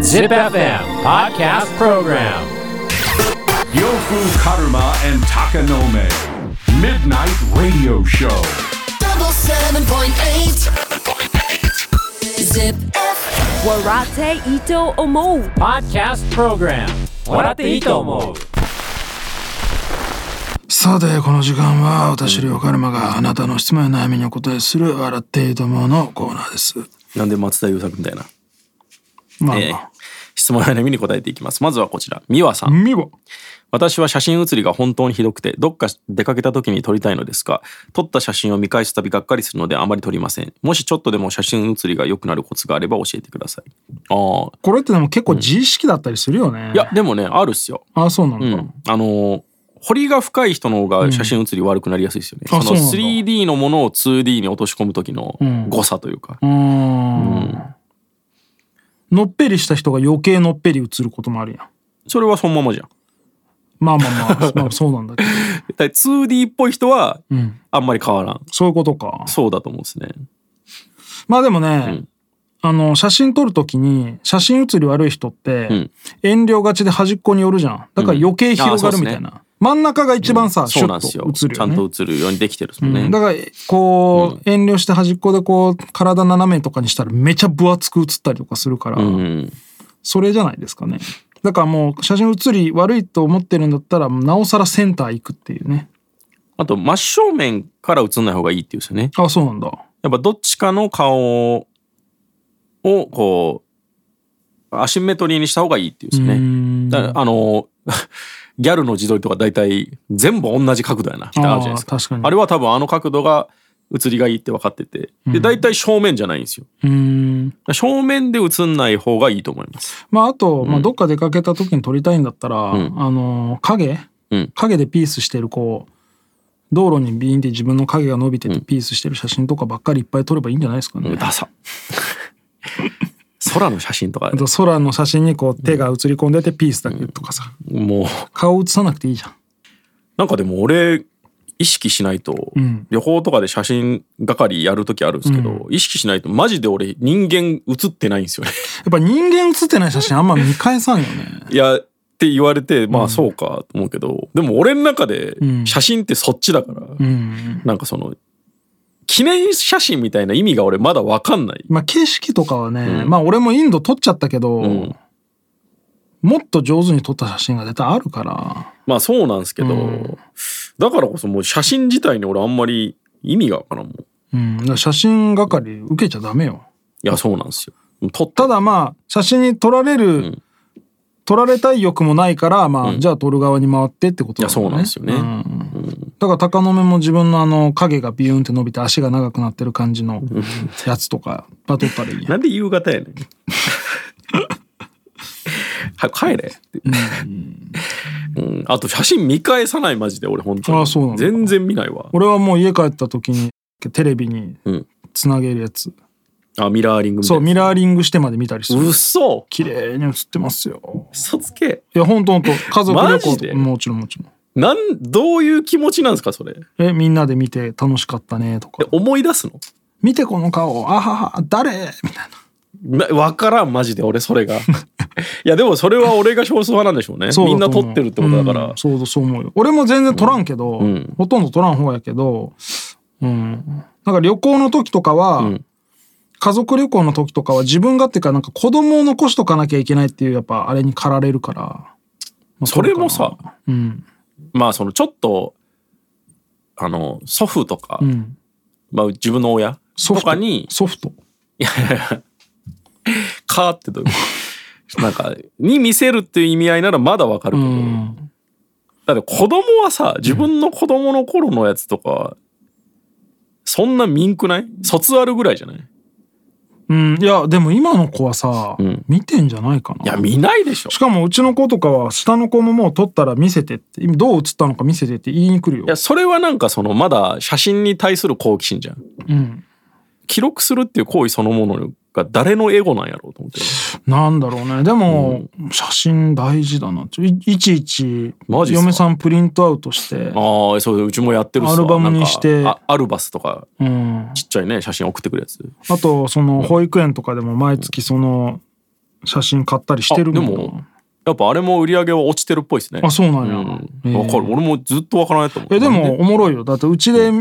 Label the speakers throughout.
Speaker 1: Zip FM Podcast Program
Speaker 2: Yofu Karuma and Takanome. Midnight Radio Show.
Speaker 3: double seven point eight. Zip.
Speaker 4: Warate Ito Omo.
Speaker 1: Podcast Program 笑っていいと思う
Speaker 5: さてこの時間は私リオカルマがあなたの質問や悩みにお答えする「笑っていいと思う」のコーナーです。
Speaker 6: なんで松田優作みたいな。
Speaker 5: まあ、
Speaker 6: えー質問や悩みに答えていきます。まずはこちら、美和さん。
Speaker 5: 見ろ
Speaker 6: 私は写真写りが本当にひどくてどっか出かけた時に撮りたいのですが撮った写真を見返すたびがっかりするのであまり撮りませんもしちょっとでも写真写りが良くなるコツがあれば教えてくださいあー
Speaker 5: これってでも結構自意識だったりするよね。
Speaker 6: いやでもねあるっすよ
Speaker 5: あそうなのか。
Speaker 6: うんあのー彫りが深い人の方が写真写り悪くなりやすいですよね、
Speaker 5: あ
Speaker 6: その
Speaker 5: そうなんだ
Speaker 6: 3D のものを 2D に落とし込む時の
Speaker 5: ん
Speaker 6: 誤差というか、
Speaker 5: うーんのっぺりした人が余計のっぺり映ることもあるやん。
Speaker 6: それはそのままじゃん
Speaker 5: まあまあまあまあそうなんだけど。
Speaker 6: だから 2D っぽい人は
Speaker 5: うん。
Speaker 6: あんまり変わらん
Speaker 5: そういうことか。
Speaker 6: そうだと思うんですね
Speaker 5: まあでもね、
Speaker 6: ん
Speaker 5: あの写真撮るときに写真写り悪い人って
Speaker 6: ん
Speaker 5: 遠慮がちで端っこに寄るじゃん。だから余計広がるみたい
Speaker 6: うんあ
Speaker 5: な。真ん中が一番さ、シュ
Speaker 6: そうなんですよ
Speaker 5: ッと映る
Speaker 6: ち
Speaker 5: よ
Speaker 6: ゃん
Speaker 5: ね。
Speaker 6: と映るようにできてるっすもんね、
Speaker 5: だからこう、遠慮して端っこでこう体斜めとかにしたらめちゃ分厚く写ったりとかするから、
Speaker 6: うん
Speaker 5: それじゃないですかねだからもう写真写り悪いと思ってるんだったらなおさらセンター行くっていうね
Speaker 6: あと真正面から映んない方がいいっていうんですよね。
Speaker 5: あそうなんだ
Speaker 6: やっぱどっちかの顔をこうアシンメトリーにした方がいいっていうんですよね。だからあの ギャルの自撮りとか大体全部同じ角度やなってあるじゃないですか
Speaker 5: あー確かに
Speaker 6: あれは多分あの角度が映りがいいって分かっててで大体正面じゃないんですよ。
Speaker 5: うーん
Speaker 6: 正面で映んない方がいいと思います。
Speaker 5: まああと、まあ、どっか出かけた時に撮りたいんだったら、あの影、
Speaker 6: うん
Speaker 5: 影でピースしてるこう道路にビーンって自分の影が伸びててピースしてる写真とかばっかりいっぱい撮ればいいんじゃないですかね、
Speaker 6: ダサ空の写真とか
Speaker 5: あと空の写真にこう手が写り込んでてピースだけとかさ、
Speaker 6: もう
Speaker 5: 顔写さなくていいじゃん
Speaker 6: なんかでも俺意識しないと、
Speaker 5: ん
Speaker 6: 旅行とかで写真係やる時あるんですけど、意識しないとマジで俺人間写ってないん ですよね。
Speaker 5: やっぱ人間写ってない写真あんま見返さんよね。
Speaker 6: いやって言われてまあそうかと思うけど、でも俺の中で
Speaker 5: ん
Speaker 6: 写真ってそっちだから、
Speaker 5: うん。
Speaker 6: なんかその記念写真みたいな意味が俺まだ分かんない。
Speaker 5: まあ景色とかはね、まあ俺もインド撮っちゃったけど、
Speaker 6: ん
Speaker 5: もっと上手に撮った写真が絶対あるから。
Speaker 6: まあそうなんですけど、だからこそもう写真自体に俺あんまり意味が分からんもん。い
Speaker 5: うん。だから写真係受けちゃダメよ。
Speaker 6: やそうなんですよ。撮った
Speaker 5: ただまあ写真に撮られる、撮られたい欲もないから、まあ、じゃあ撮る側に回ってってことだも
Speaker 6: いやそうなんですよね
Speaker 5: うんだから鷹の目も自分のあの影がビューンって伸びて足が長くなってる感じのやつとかば撮ったらいいやん
Speaker 6: なんで夕方やねん。は帰れって、うん、あと写真見返さないマジで俺本当に
Speaker 5: あそうなんだ
Speaker 6: 全然見ないわ
Speaker 5: 俺はもう家帰った時にテレビに
Speaker 6: うん
Speaker 5: つなげるやつ、
Speaker 6: あミラーリングみたい
Speaker 5: そう
Speaker 6: な
Speaker 5: ミラーリングしてまで見たりす
Speaker 6: う
Speaker 5: る
Speaker 6: っそ
Speaker 5: 綺麗に映ってますよ
Speaker 6: 嘘つけ
Speaker 5: いやほんとほんと家族旅
Speaker 6: マ
Speaker 5: 行
Speaker 6: ジ
Speaker 5: と
Speaker 6: で
Speaker 5: かもちろんもちろん
Speaker 6: なんどういう気持ちなんですかそれで
Speaker 5: えみんなで見て楽しかったねとか
Speaker 6: 思い出すの
Speaker 5: 見てこの顔あはは誰みたい
Speaker 6: なわからんマジで俺そ れがいやでもそれは俺が少数派なんでしょうね
Speaker 5: なそう
Speaker 6: みん
Speaker 5: だ
Speaker 6: な
Speaker 5: と思
Speaker 6: 撮
Speaker 5: う
Speaker 6: ってるってことだから、
Speaker 5: うんそうだそう思うよ俺も全然撮らんけど、
Speaker 6: ん
Speaker 5: ほとんど撮らん方やけどうんなんか旅行の時とかは、
Speaker 6: うん
Speaker 5: 家族旅行の時とかは自分がっていうかなんか子供を残しとかなきゃいけないっていうやっぱあれに駆られるから、まあ
Speaker 6: それもさ
Speaker 5: うん
Speaker 6: まあそのちょっとあの祖父とか、
Speaker 5: うん
Speaker 6: まあ、自分の親
Speaker 5: ソフ
Speaker 6: と
Speaker 5: ト
Speaker 6: かに
Speaker 5: ソフト
Speaker 6: かってどういう ことなんか、に見せるっていう意味合いならまだわかる
Speaker 5: う
Speaker 6: けど、
Speaker 5: ん
Speaker 6: だって子供はさ、自分の子供の頃のやつとか、そんなミンくない卒アルぐらいじゃないい
Speaker 5: うん、いやでも今の子はさ、
Speaker 6: うん
Speaker 5: 見てんじゃないかな
Speaker 6: や、見ないでしょ
Speaker 5: し。かもうちの子とかは下の子ももう撮ったら見せてって今どう映ったのか見せてって言いに来るよ
Speaker 6: いや、それはなんかその、まだ写真に対する好奇心じゃん。
Speaker 5: うん
Speaker 6: 記録するっていう行為そのものが誰のエゴなんやろうと 思って。
Speaker 5: なんだろうね。でも、写真大事だな。ちょいいちいち、
Speaker 6: マジっすか
Speaker 5: 嫁さんプリントアウトして、
Speaker 6: ああ、そう、うちもやってるっすわ
Speaker 5: アルバムにして
Speaker 6: なんかあアルバスとか、
Speaker 5: うん。
Speaker 6: ちっちゃいね、写真送ってくるやつ。
Speaker 5: あと、その、保育園とかでも毎月その、写真買ったりしてる
Speaker 6: あで
Speaker 5: もんな
Speaker 6: も、やっぱあれも売り上げは落ちてるっぽいですね。
Speaker 5: あ、そうなん
Speaker 6: う
Speaker 5: や。
Speaker 6: ん。わかる。俺もずっとわからないと思う。
Speaker 5: えで
Speaker 6: なん
Speaker 5: もおもろいよだってうちで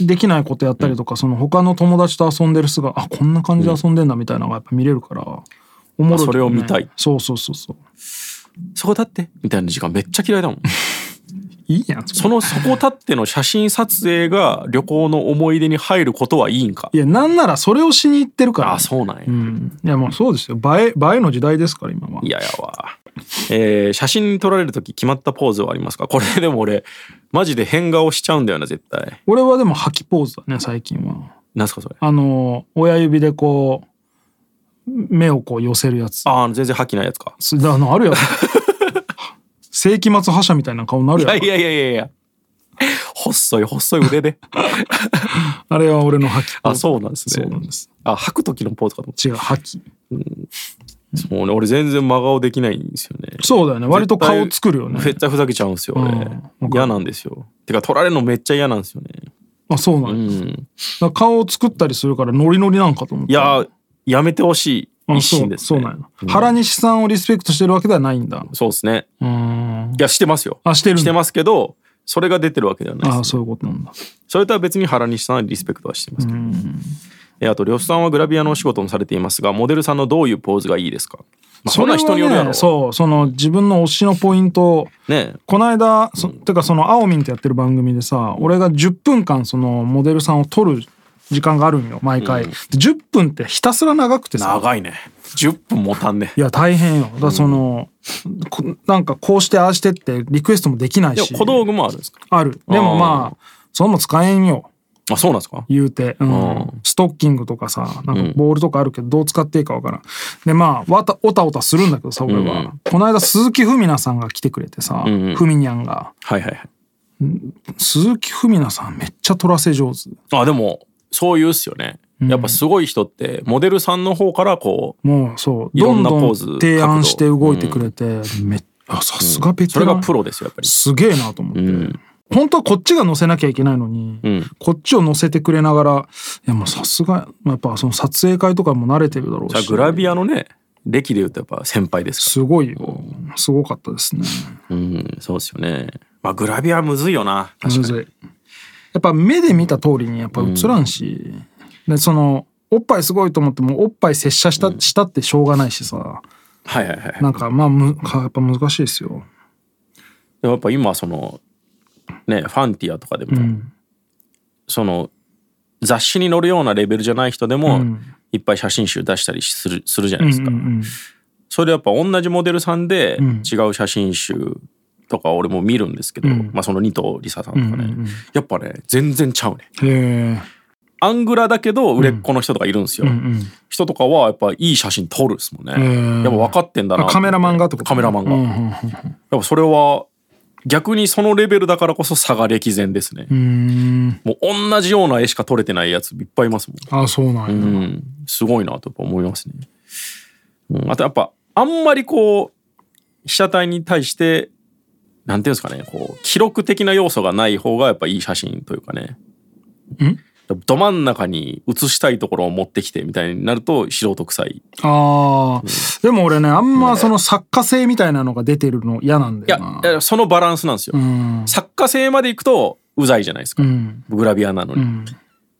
Speaker 5: できないことやったりとか、その他の友達と遊んでる姿あこんな感じで遊んでんだみたいなのがやっぱ見れるからおもろいけどね、
Speaker 6: あそれを見たい
Speaker 5: そうそうそうそう
Speaker 6: そこ立ってみたいな時間めっちゃ嫌いだも ん。
Speaker 5: いいやんそ
Speaker 6: そのそこ立っての写真撮影が旅行の思い出に入ることはいいんか
Speaker 5: い。やなんならそれをしに行ってるから
Speaker 6: あ、そうなんや。
Speaker 5: うん、いやもうそうですよ映え映えの時代ですから今はい
Speaker 6: ややわ。えー写真に撮られる時決まったポーズはありますかこれでも俺、マジで変顔しちゃうんだよな、絶対。
Speaker 5: 俺はでも吐きポーズだね最近は
Speaker 6: なんすかそれ。
Speaker 5: あの親指でこう目をこう寄せるやつ
Speaker 6: ああ、全然吐きないやつか。
Speaker 5: それだあのあ るやろ世紀末覇者みたいな顔になる
Speaker 6: い
Speaker 5: や
Speaker 6: や
Speaker 5: ろ
Speaker 6: いやいやいやいや。細い細い腕で。
Speaker 5: あれは俺の吐きポー
Speaker 6: あ、
Speaker 5: ズ
Speaker 6: そうなんです
Speaker 5: そうな
Speaker 6: ね
Speaker 5: ん。です
Speaker 6: あ、吐く時のポーズかと思っ
Speaker 5: 違う覇気
Speaker 6: た。そうね。俺全然真顔できないんですよね。
Speaker 5: そうだよね割と顔作るよね
Speaker 6: 絶対ふざけちゃうんですよ、俺
Speaker 5: うんわかる
Speaker 6: 嫌なんですよ。てか、撮られるのめっちゃ嫌なんですよね。
Speaker 5: あそうな
Speaker 6: うん
Speaker 5: だだ
Speaker 6: ん。
Speaker 5: から顔を作ったりするからノリノリなんかと思っ
Speaker 6: い
Speaker 5: て
Speaker 6: や、やめてほしい。一心です、
Speaker 5: そう
Speaker 6: ね。
Speaker 5: そうなんや原西さんをリスペクトしてるわけではないんだ
Speaker 6: そうですね。
Speaker 5: うーん
Speaker 6: いや、してますよ。
Speaker 5: あしてるんだ
Speaker 6: してますけど、それが出てるわけではない
Speaker 5: あ
Speaker 6: で
Speaker 5: あ
Speaker 6: す。
Speaker 5: そういうことなんだ
Speaker 6: それとは別に原西さんはリスペクトはしてますけど。えあと、呂布さんはグラビアのお仕事もされていますが、モデルさんのどういうポーズがいいですか、まあ、そんな人によるやろ。
Speaker 5: それはねそうその自分の推しのポイントを
Speaker 6: ね
Speaker 5: この間そてかそのあおみんってやってる番組でさ俺が10分間そのモデルさんを撮る時間があるんよ毎回、で10分ってひたすら長くてさ
Speaker 6: 長いね。10分もたんね。
Speaker 5: いや大変よだからその、こなんかこうしてああしてってリクエストもできない
Speaker 6: でも
Speaker 5: し
Speaker 6: 小道具もあるんですか
Speaker 5: あるでもまあそんなもん使えんよ
Speaker 6: あ、そうなんですか
Speaker 5: 言うて、うん
Speaker 6: うん
Speaker 5: ストッキングとかさなんかボールとかあるけどどう使っていいかわからんでまあわたおたおたするんだけどさ俺は、この間鈴木文奈さんが来てくれてさ、
Speaker 6: んうん
Speaker 5: ふみにゃんが
Speaker 6: はいはいはい。
Speaker 5: 鈴木文奈さんめっちゃ取らせ上手
Speaker 6: あでもそういうっすよね。やっぱすごい人ってモデルさんの方からこう
Speaker 5: もうそう
Speaker 6: いろ
Speaker 5: ど
Speaker 6: ん
Speaker 5: ん
Speaker 6: な
Speaker 5: ど
Speaker 6: ポー
Speaker 5: ん
Speaker 6: ズ
Speaker 5: 提案して動いてくれて、めっあさすがベテ
Speaker 6: そ
Speaker 5: ラ
Speaker 6: れ
Speaker 5: ン、
Speaker 6: がプロですよやっぱり。
Speaker 5: すげえなと思って、
Speaker 6: ん
Speaker 5: 本当はこっちが乗せなきゃいけないのに、
Speaker 6: ん
Speaker 5: こっちを乗せてくれながらいやもうさすがやっぱその撮影会とかも慣れてるだろう
Speaker 6: じゃあ
Speaker 5: し
Speaker 6: グラビアのね歴で言うとやっぱ先輩ですか
Speaker 5: すごいよすごかったですね
Speaker 6: ら。うんそうですよね。まあグラビアむずいよな。
Speaker 5: むずいやっぱ目で見た通りにやっぱ映らんし、でそのおっぱいすごいと思ってもおっぱい接写した,、したってしょうがないしさ
Speaker 6: はいはいはい。
Speaker 5: なんかまあむやっぱ難しいですよ
Speaker 6: でもやっぱ今そのねファンティアとかでも、その雑誌に載るようなレベルじゃない人でも、いっぱい写真集出したりするするじゃないですか。それでやっぱ同じモデルさんで違う写真集とか俺も見るんですけど、まあその二藤梨沙さんとかね、やっぱね全然ちゃうね
Speaker 5: へえ
Speaker 6: アングラだけど売れっ子の人とかいるんですよ、人とかはやっぱいい写真撮るっすもんね、
Speaker 5: ん
Speaker 6: やっぱ分かってんだな
Speaker 5: カメラマンがってこと
Speaker 6: カメラマンが、
Speaker 5: うんうん
Speaker 6: やっぱそれは逆にそのレベルだからこそ差が歴然ですね、
Speaker 5: うん
Speaker 6: もう同じような絵しか撮れてないやついっぱいいますもん
Speaker 5: あそうなんや、
Speaker 6: うん、すごいなとやっぱ思いますね。うん、あとやっぱあんまりこう被写体に対してなんていうんですかねこう記録的な要素がない方がやっぱいい写真というかね。ど真ん中に写したいところを持ってきてみたいになると素人臭い。い
Speaker 5: ああ、でも俺ね、あんまその作家性みたいなのが出てるの嫌なんだ
Speaker 6: や
Speaker 5: よな。
Speaker 6: いやそのバランスなんですよ。作家性までいくとうざいじゃないですか、
Speaker 5: ん
Speaker 6: グラビアなのに。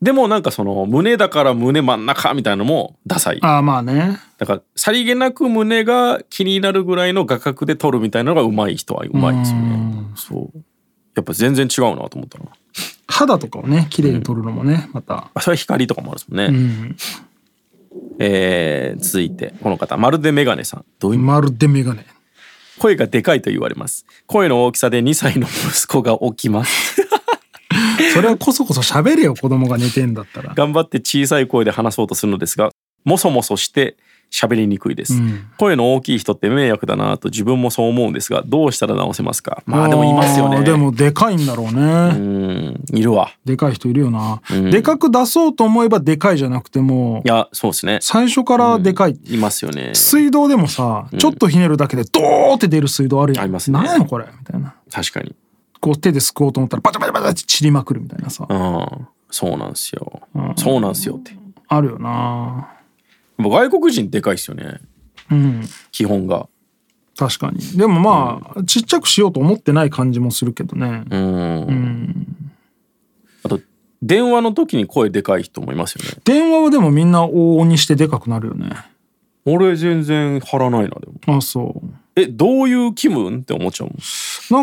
Speaker 6: でもなんかその胸だから胸真ん中みたいなのもダサい
Speaker 5: ああ、まあね。
Speaker 6: だからさりげなく胸が気になるぐらいの画角で撮るみたいなのがうまい人はうまいですよね。そうやっぱ全然違うなと思ったな。
Speaker 5: 肌とかをね、綺麗に撮るのもね、また。
Speaker 6: あそれは光とかもあるですもんね。えー続いてこの方まるでメガネさんどういう意味
Speaker 5: まるでメガネ。
Speaker 6: 声がでかいと言われます声の大きさで2歳の息子が起きます
Speaker 5: それはこそこそ喋れよ、子供が寝てんだったら。
Speaker 6: 頑張って小さい声で話そうとするのですがもそもそして喋りにくいです、声の大きい人って迷惑だなと自分もそう思うんですがどうしたら直せますか まあでもいますよ
Speaker 5: あ
Speaker 6: ね
Speaker 5: ーでもでかいんだろう
Speaker 6: う
Speaker 5: ね。
Speaker 6: んいるわ
Speaker 5: でかい人いるよな。でかく出そうと思えばでかいじゃなくても
Speaker 6: い、やそうですね
Speaker 5: 最初からでかい。
Speaker 6: いますよね
Speaker 5: 水道でもさ、ちょっとひねるだけでドーって出る水道あるやん。
Speaker 6: ありますね
Speaker 5: なんやのこれみたいな。
Speaker 6: 確かに
Speaker 5: こう手ですくおうと思ったらバチャバチャバチャって散りまくるみたいなさ。
Speaker 6: うんそうなんですよ、そうなんですよって
Speaker 5: あるよな。
Speaker 6: やっぱ外国人でかいですよね
Speaker 5: うん。
Speaker 6: 基本が
Speaker 5: 確かに。でもまあ、ちっちゃくしようと思ってない感じもするけどね。
Speaker 6: うんあと電話の時に声でかい人もいますよね
Speaker 5: 電話はでもみんな往々にしてでかくなるよね。
Speaker 6: 俺全然張らないなでも
Speaker 5: あ、そう。
Speaker 6: えどういう気分って思っちゃうもん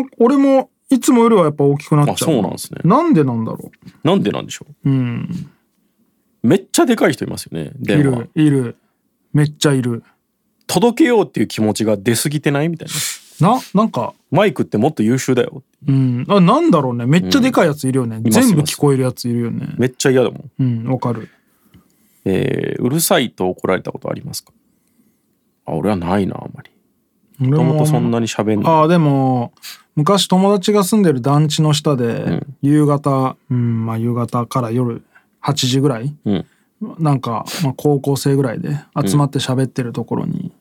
Speaker 5: なんか俺もいつもよりはやっぱ大きくなっちゃう。
Speaker 6: あそうなんですね
Speaker 5: なんでなんだろ
Speaker 6: なんでなんでしょ
Speaker 5: う。うん。
Speaker 6: うめっちゃでかい人いますよね
Speaker 5: い
Speaker 6: 電話
Speaker 5: る、いる。めっちゃいる。
Speaker 6: 届けようっていう気持ちが出過ぎてないみたいな
Speaker 5: な、なんか、
Speaker 6: マイクってもっと優秀だよ
Speaker 5: うん。あ、なんだろうね。めっちゃでかいやついるよね。
Speaker 6: ます
Speaker 5: 全部聞こえるやついるよね。
Speaker 6: めっちゃ嫌だもん、
Speaker 5: うん、わかる。
Speaker 6: えーうるさいと怒られたことありますかあ俺はないなあんまり
Speaker 5: 俺
Speaker 6: もと
Speaker 5: も
Speaker 6: もとそんなに喋んない
Speaker 5: ああ、でも、昔友達が住んでる団地の下で、夕方、うん、まあ夕方から夜8時ぐらい、
Speaker 6: うん
Speaker 5: なんか、まあ、高校生ぐらいで集まって喋ってるところに、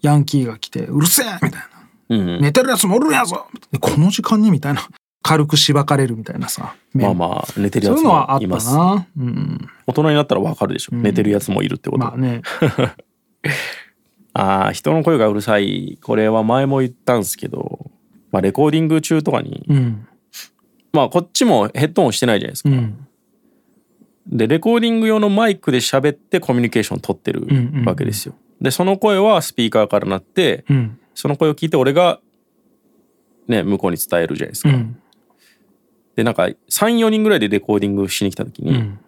Speaker 5: ヤンキーが来て、うるせえみたいな。
Speaker 6: うんうん
Speaker 5: 寝てるやつもおるんやぞみたいなこの時間にみたいな。軽くしばかれるみたいなさ。
Speaker 6: まあまあ寝てる
Speaker 5: そ
Speaker 6: や
Speaker 5: うい
Speaker 6: つ
Speaker 5: うのはあ
Speaker 6: も
Speaker 5: った
Speaker 6: います
Speaker 5: な。うん。
Speaker 6: 大人になったらわかるでしょ、寝てるやつもいるってこと、
Speaker 5: まあね。
Speaker 6: あー人の声がうるさいこれは前も言ったんですけど、まあ、レコーディング中とかに、
Speaker 5: うん。
Speaker 6: まあこっちもヘッドホンしてないじゃないです
Speaker 5: う
Speaker 6: か、
Speaker 5: ん。
Speaker 6: でレコーディング用のマイクで喋ってコミュニケーション取ってる
Speaker 5: んうん
Speaker 6: わけですよ、でその声はスピーカーから鳴って、
Speaker 5: うん。
Speaker 6: その声を聞いて俺がね向こうに伝えるじゃないです
Speaker 5: う
Speaker 6: か、
Speaker 5: ん。
Speaker 6: でなんか34人ぐらいでレコーディングしに来た時に、
Speaker 5: うん。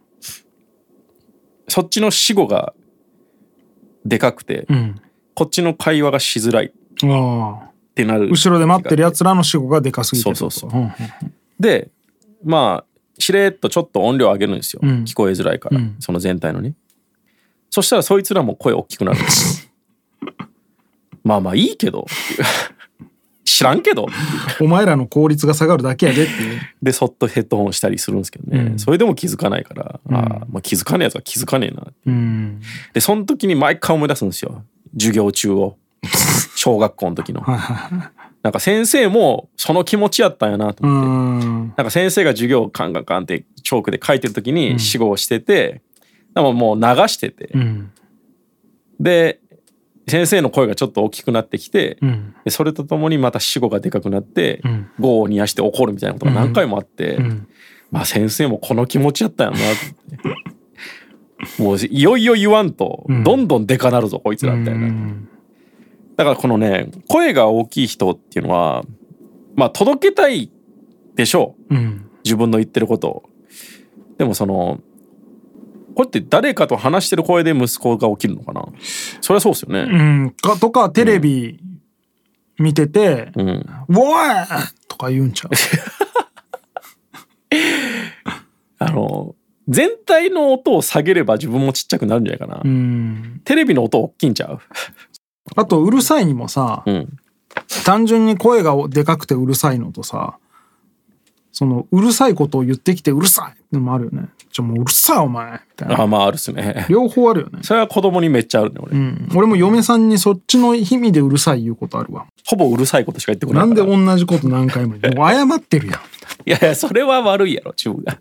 Speaker 6: そっちの死後がでかくて、
Speaker 5: うん。
Speaker 6: こっちの会話がしづらいっ
Speaker 5: ああ。
Speaker 6: てなる
Speaker 5: 後ろで待ってるやつらの死後がでかすぎてる
Speaker 6: そうそう
Speaker 5: そうん。
Speaker 6: でまあしれっとちょっと音量上げるんですよ、聞こえづらいから、その全体のねそしたらそいつらも声大きくなるんですよ まあまあいいけど っていう知らんけどってい
Speaker 5: お
Speaker 6: う
Speaker 5: 前らの効率が下がるだけやでっていう。
Speaker 6: でそっとヘッドホンしたりするんですけどね、それでも気づかないから、あーまあ、気づかねえやつは気づかねえなって
Speaker 5: うん。
Speaker 6: でその時に毎回思い出すんですよ授業中 を小学校の時のなんか先生もその気持ちやったんやなと
Speaker 5: う
Speaker 6: 思って、
Speaker 5: ん。
Speaker 6: なんか先生が授業をカンカンカンってチョークで書いてる時に死語をしてて、でももう流してて、
Speaker 5: うん。
Speaker 6: で先生の声がちょっと大きくなってきて、
Speaker 5: うん。
Speaker 6: でそれとともにまた死語がでかくなって、
Speaker 5: ん
Speaker 6: 語を煮やして怒るみたいなことが何回もあって、
Speaker 5: ん
Speaker 6: まあ先生もこの気持ちやったよなって もういよいよ言わんと、どんどんでかなるぞこいつらみたいな、だからこのね声が大きい人っていうのはまあ届けたいでしょう
Speaker 5: うん。
Speaker 6: 自分の言ってることをでもそのこれって誰かと話してる声で息子が起きるのかなそりゃそうですよ
Speaker 5: う
Speaker 6: ね、
Speaker 5: ん。か、とか、テレビ見てて、
Speaker 6: うん
Speaker 5: おいとか言うんちゃう。
Speaker 6: あの全体の音を下げれば自分もちっちゃくなるんじゃないかな、
Speaker 5: うん。
Speaker 6: テレビの音大きいんちゃう
Speaker 5: あと、うるさいにもさ、
Speaker 6: うん
Speaker 5: 単純に声がでかくてうるさいのとさ、その、うるさいことを言ってきてうるさいのもあるよね。ちょ、もううるさいお前みたいな。
Speaker 6: あまああるっすね
Speaker 5: 両方あるよね。
Speaker 6: それは子供にめっちゃあるね俺、
Speaker 5: うん俺も嫁さんにそっちの意味でうるさい言うことあるわ。
Speaker 6: ほぼうるさいことしか言ってこな
Speaker 5: ないん
Speaker 6: から
Speaker 5: で同じこと何回も言うもう謝ってるやん。
Speaker 6: いやいやそれは悪いやろ 自分が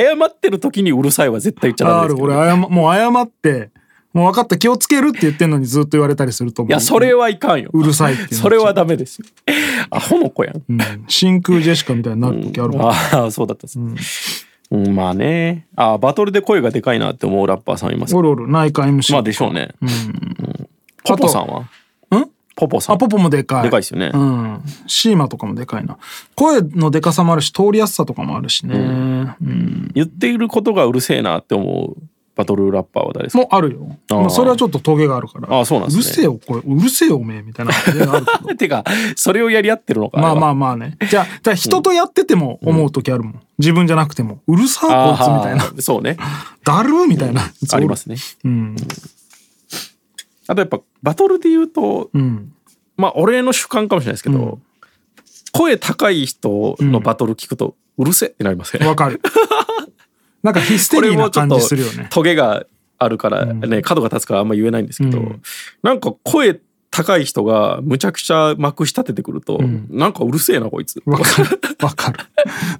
Speaker 6: 謝ってる時にうるさいは絶対言っちゃダ
Speaker 5: ある
Speaker 6: メですけど
Speaker 5: 俺謝、もう謝って、もう分かった、気をつけるって言ってんのにずっと言われたりすると思う。
Speaker 6: いやそれはいかんよ
Speaker 5: うるさいっていうの
Speaker 6: それはダメですよアホの子やん
Speaker 5: うん真空ジェシカみたいになる時あるもん。
Speaker 6: ああそうだったっす、うんまあねあーバトルで声がでかいなって思うラッパーさんいます
Speaker 5: おるおる、内科 MC。
Speaker 6: まあでしょうね、うんポポさんは
Speaker 5: うん
Speaker 6: ポポさん
Speaker 5: あ、ポポもでかい。
Speaker 6: でかいですよね、
Speaker 5: うん。シーマとかもでかいな。声のでかさもあるし、通りやすさとかもあるしね。うん。
Speaker 6: 言っていることがうるせえなって思うバトルラッパーは誰ですか
Speaker 5: もあるよ。
Speaker 6: あー
Speaker 5: まあ、それはちょっとトゲがあるから。
Speaker 6: あーそうなんですね。
Speaker 5: うるせえよ、これ。うるせえよ、おめえ、みたいな感じがあるけど
Speaker 6: てか、それをやり合ってるのか。
Speaker 5: まあま
Speaker 6: あ
Speaker 5: あまあね。じゃあ、じゃあ人とやってても思う時あるもん。自分じゃなくても。うるさ、
Speaker 6: れは、
Speaker 5: こいつ、みたいな。
Speaker 6: あーそうね。
Speaker 5: だるーみたいな。
Speaker 6: ありま。すね。
Speaker 5: うん。
Speaker 6: あとやっぱ、バトルで言うと、
Speaker 5: うん。
Speaker 6: まあ、俺の主観かもしれないですけど、声高い人のバトル聞くと、うるせえってなりません、
Speaker 5: わかる。なんかヒステ
Speaker 6: こ
Speaker 5: リ
Speaker 6: れ
Speaker 5: ー
Speaker 6: も
Speaker 5: な
Speaker 6: ちょ
Speaker 5: 感
Speaker 6: っと
Speaker 5: じするよね。
Speaker 6: トゲがあるからね、角が立つからあんま言えないんですけど、
Speaker 5: うん
Speaker 6: なんか声高い人がむちゃくちゃまくし立ててくると、なんかうるせえなこいつ。
Speaker 5: わかる。わかる。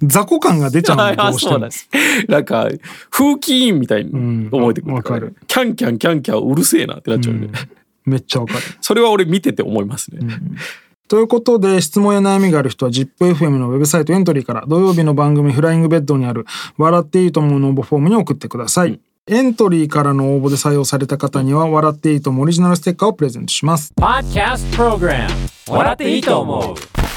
Speaker 5: 雑魚感が出ちゃうの、
Speaker 6: あ
Speaker 5: どうして
Speaker 6: そう
Speaker 5: も。
Speaker 6: なんです。なんか風紀委員みたいに思えてくるから、
Speaker 5: うんわか
Speaker 6: キャンキャンキャンキャンうるせえなってなっちゃうんで、
Speaker 5: めっちゃわかる。
Speaker 6: それは俺見てて思いますね。
Speaker 5: ということで、質問や悩みがある人は ZIPFM のウェブサイトエントリーから土曜日の番組フライングベッドにある笑っていいと思うの応募フォームに送ってください。エントリーからの応募で採用された方には笑っていいともオリジナルステッカーをプレゼントします。
Speaker 1: Podcast Program 笑っていいと思う